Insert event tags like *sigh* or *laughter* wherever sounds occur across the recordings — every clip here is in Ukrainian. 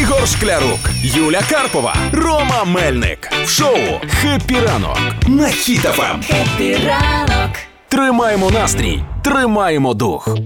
Ігор Шклярук, Юля Карпова, Рома Мельник. В шоу «Хеппі ранок» на Хіт-ФМ. Ранок. Тримаємо настрій, тримаємо дух.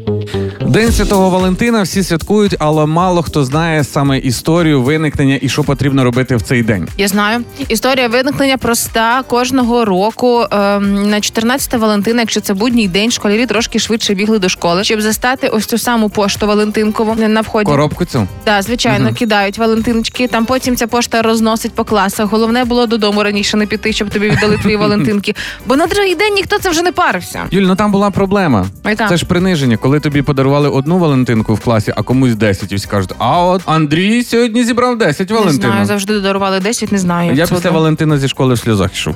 День Святого Валентина всі святкують, але мало хто знає саме історію виникнення і що потрібно робити в цей день. Я знаю. Історія виникнення проста кожного року. Ем, на 14 Валентина, якщо це будній день, школярі трошки швидше бігли до школи, щоб застати ось цю саму пошту Валентинкову на вході. Коробку цю Да, звичайно, кидають Валентиночки. Там потім ця пошта розносить по класах. Головне було додому раніше не піти, щоб тобі віддали *laughs* твої Валентинки. Бо на другий день ніхто це вже не парився. Юль, ну там була проблема. Яка? Це ж приниження, коли тобі подарували одну Валентинку в класі, а комусь 10 і всі кажуть, а от Андрій сьогодні зібрав 10 Не Валентинок. знаю, завжди додарували 10, не знаю. як Я це після було. Валентина зі школи в сльозах йшов.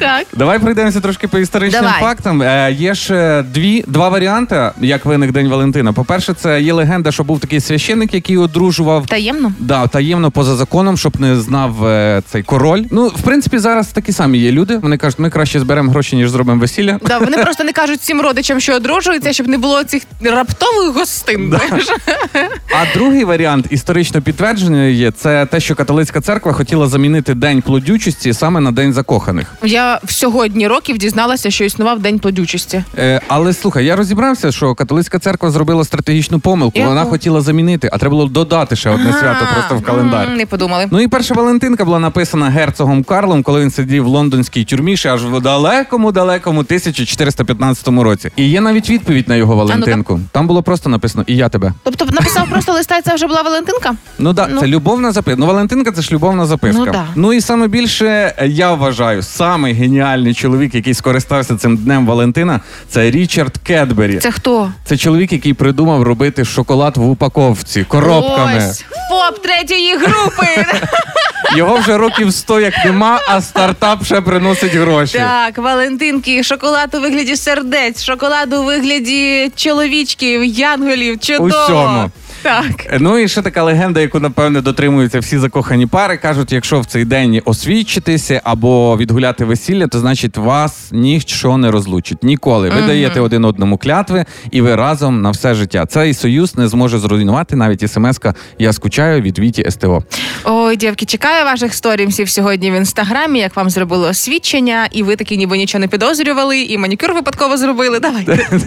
Так. Давай пройдемося трошки по історичним Давай. фактам. Е, є ж е, дві два варіанти, як виник День Валентина. По-перше, це є легенда, що був такий священник, який одружував Таємно. Да, таємно поза законом, щоб не знав е, цей король. Ну, в принципі, зараз такі самі є люди. Вони кажуть, ми краще зберемо гроші, ніж зробимо весілля. Да, вони просто не кажуть всім родичам, що одружуються, щоб не було цих раптових гостин. знаєш. А другий варіант історично підтверджений є це те, що католицька церква хотіла замінити день плодючості саме на день закоханих. Я в сьогодні років дізналася, що існував день плодючості. Е, але слухай, я розібрався, що католицька церква зробила стратегічну помилку. Яку? Вона хотіла замінити, а треба було додати ще одне свято просто в календар. М, Не подумали. Ну і перша Валентинка була написана герцогом Карлом, коли він сидів в лондонській тюрмі ще аж в далекому, далекому 1415 році. І є навіть відповідь на його Валентинку. Там було просто написано І я тебе. Тобто написав просто листа, і це вже була Валентинка? Ну да, Ну. це любовна записка. Ну Валентинка це ж любовна записка. Ну да. ну і саме більше е, я вважаю, самий геніальний чоловік, який скористався цим днем Валентина, це Річард Кедбері. Це хто? Це чоловік, який придумав робити шоколад в упаковці коробками. Ось ФОП третьої *laughs* групи. Його вже років 100 як нема, а стартап ще приносить гроші. так, Валентинки, шоколад у вигляді сердець, шоколад у вигляді чоловічків, янголів. Чудово. Усьому. Так. Ну і ще така легенда, яку напевне дотримуються всі закохані пари. кажуть, якщо в цей день освідчитися або відгуляти весілля, то значить вас ніщо не розлучить. Ніколи ви даєте один одному клятви, і ви разом на все життя. Цей союз не зможе зруйнувати навіть смс-ка Я скучаю від Віті СТО. Ой, дівки, чекаю ваших сторімсів сьогодні в інстаграмі, як вам зробило освідчення, і ви такі ніби нічого не підозрювали, і манікюр випадково зробили. Давайте.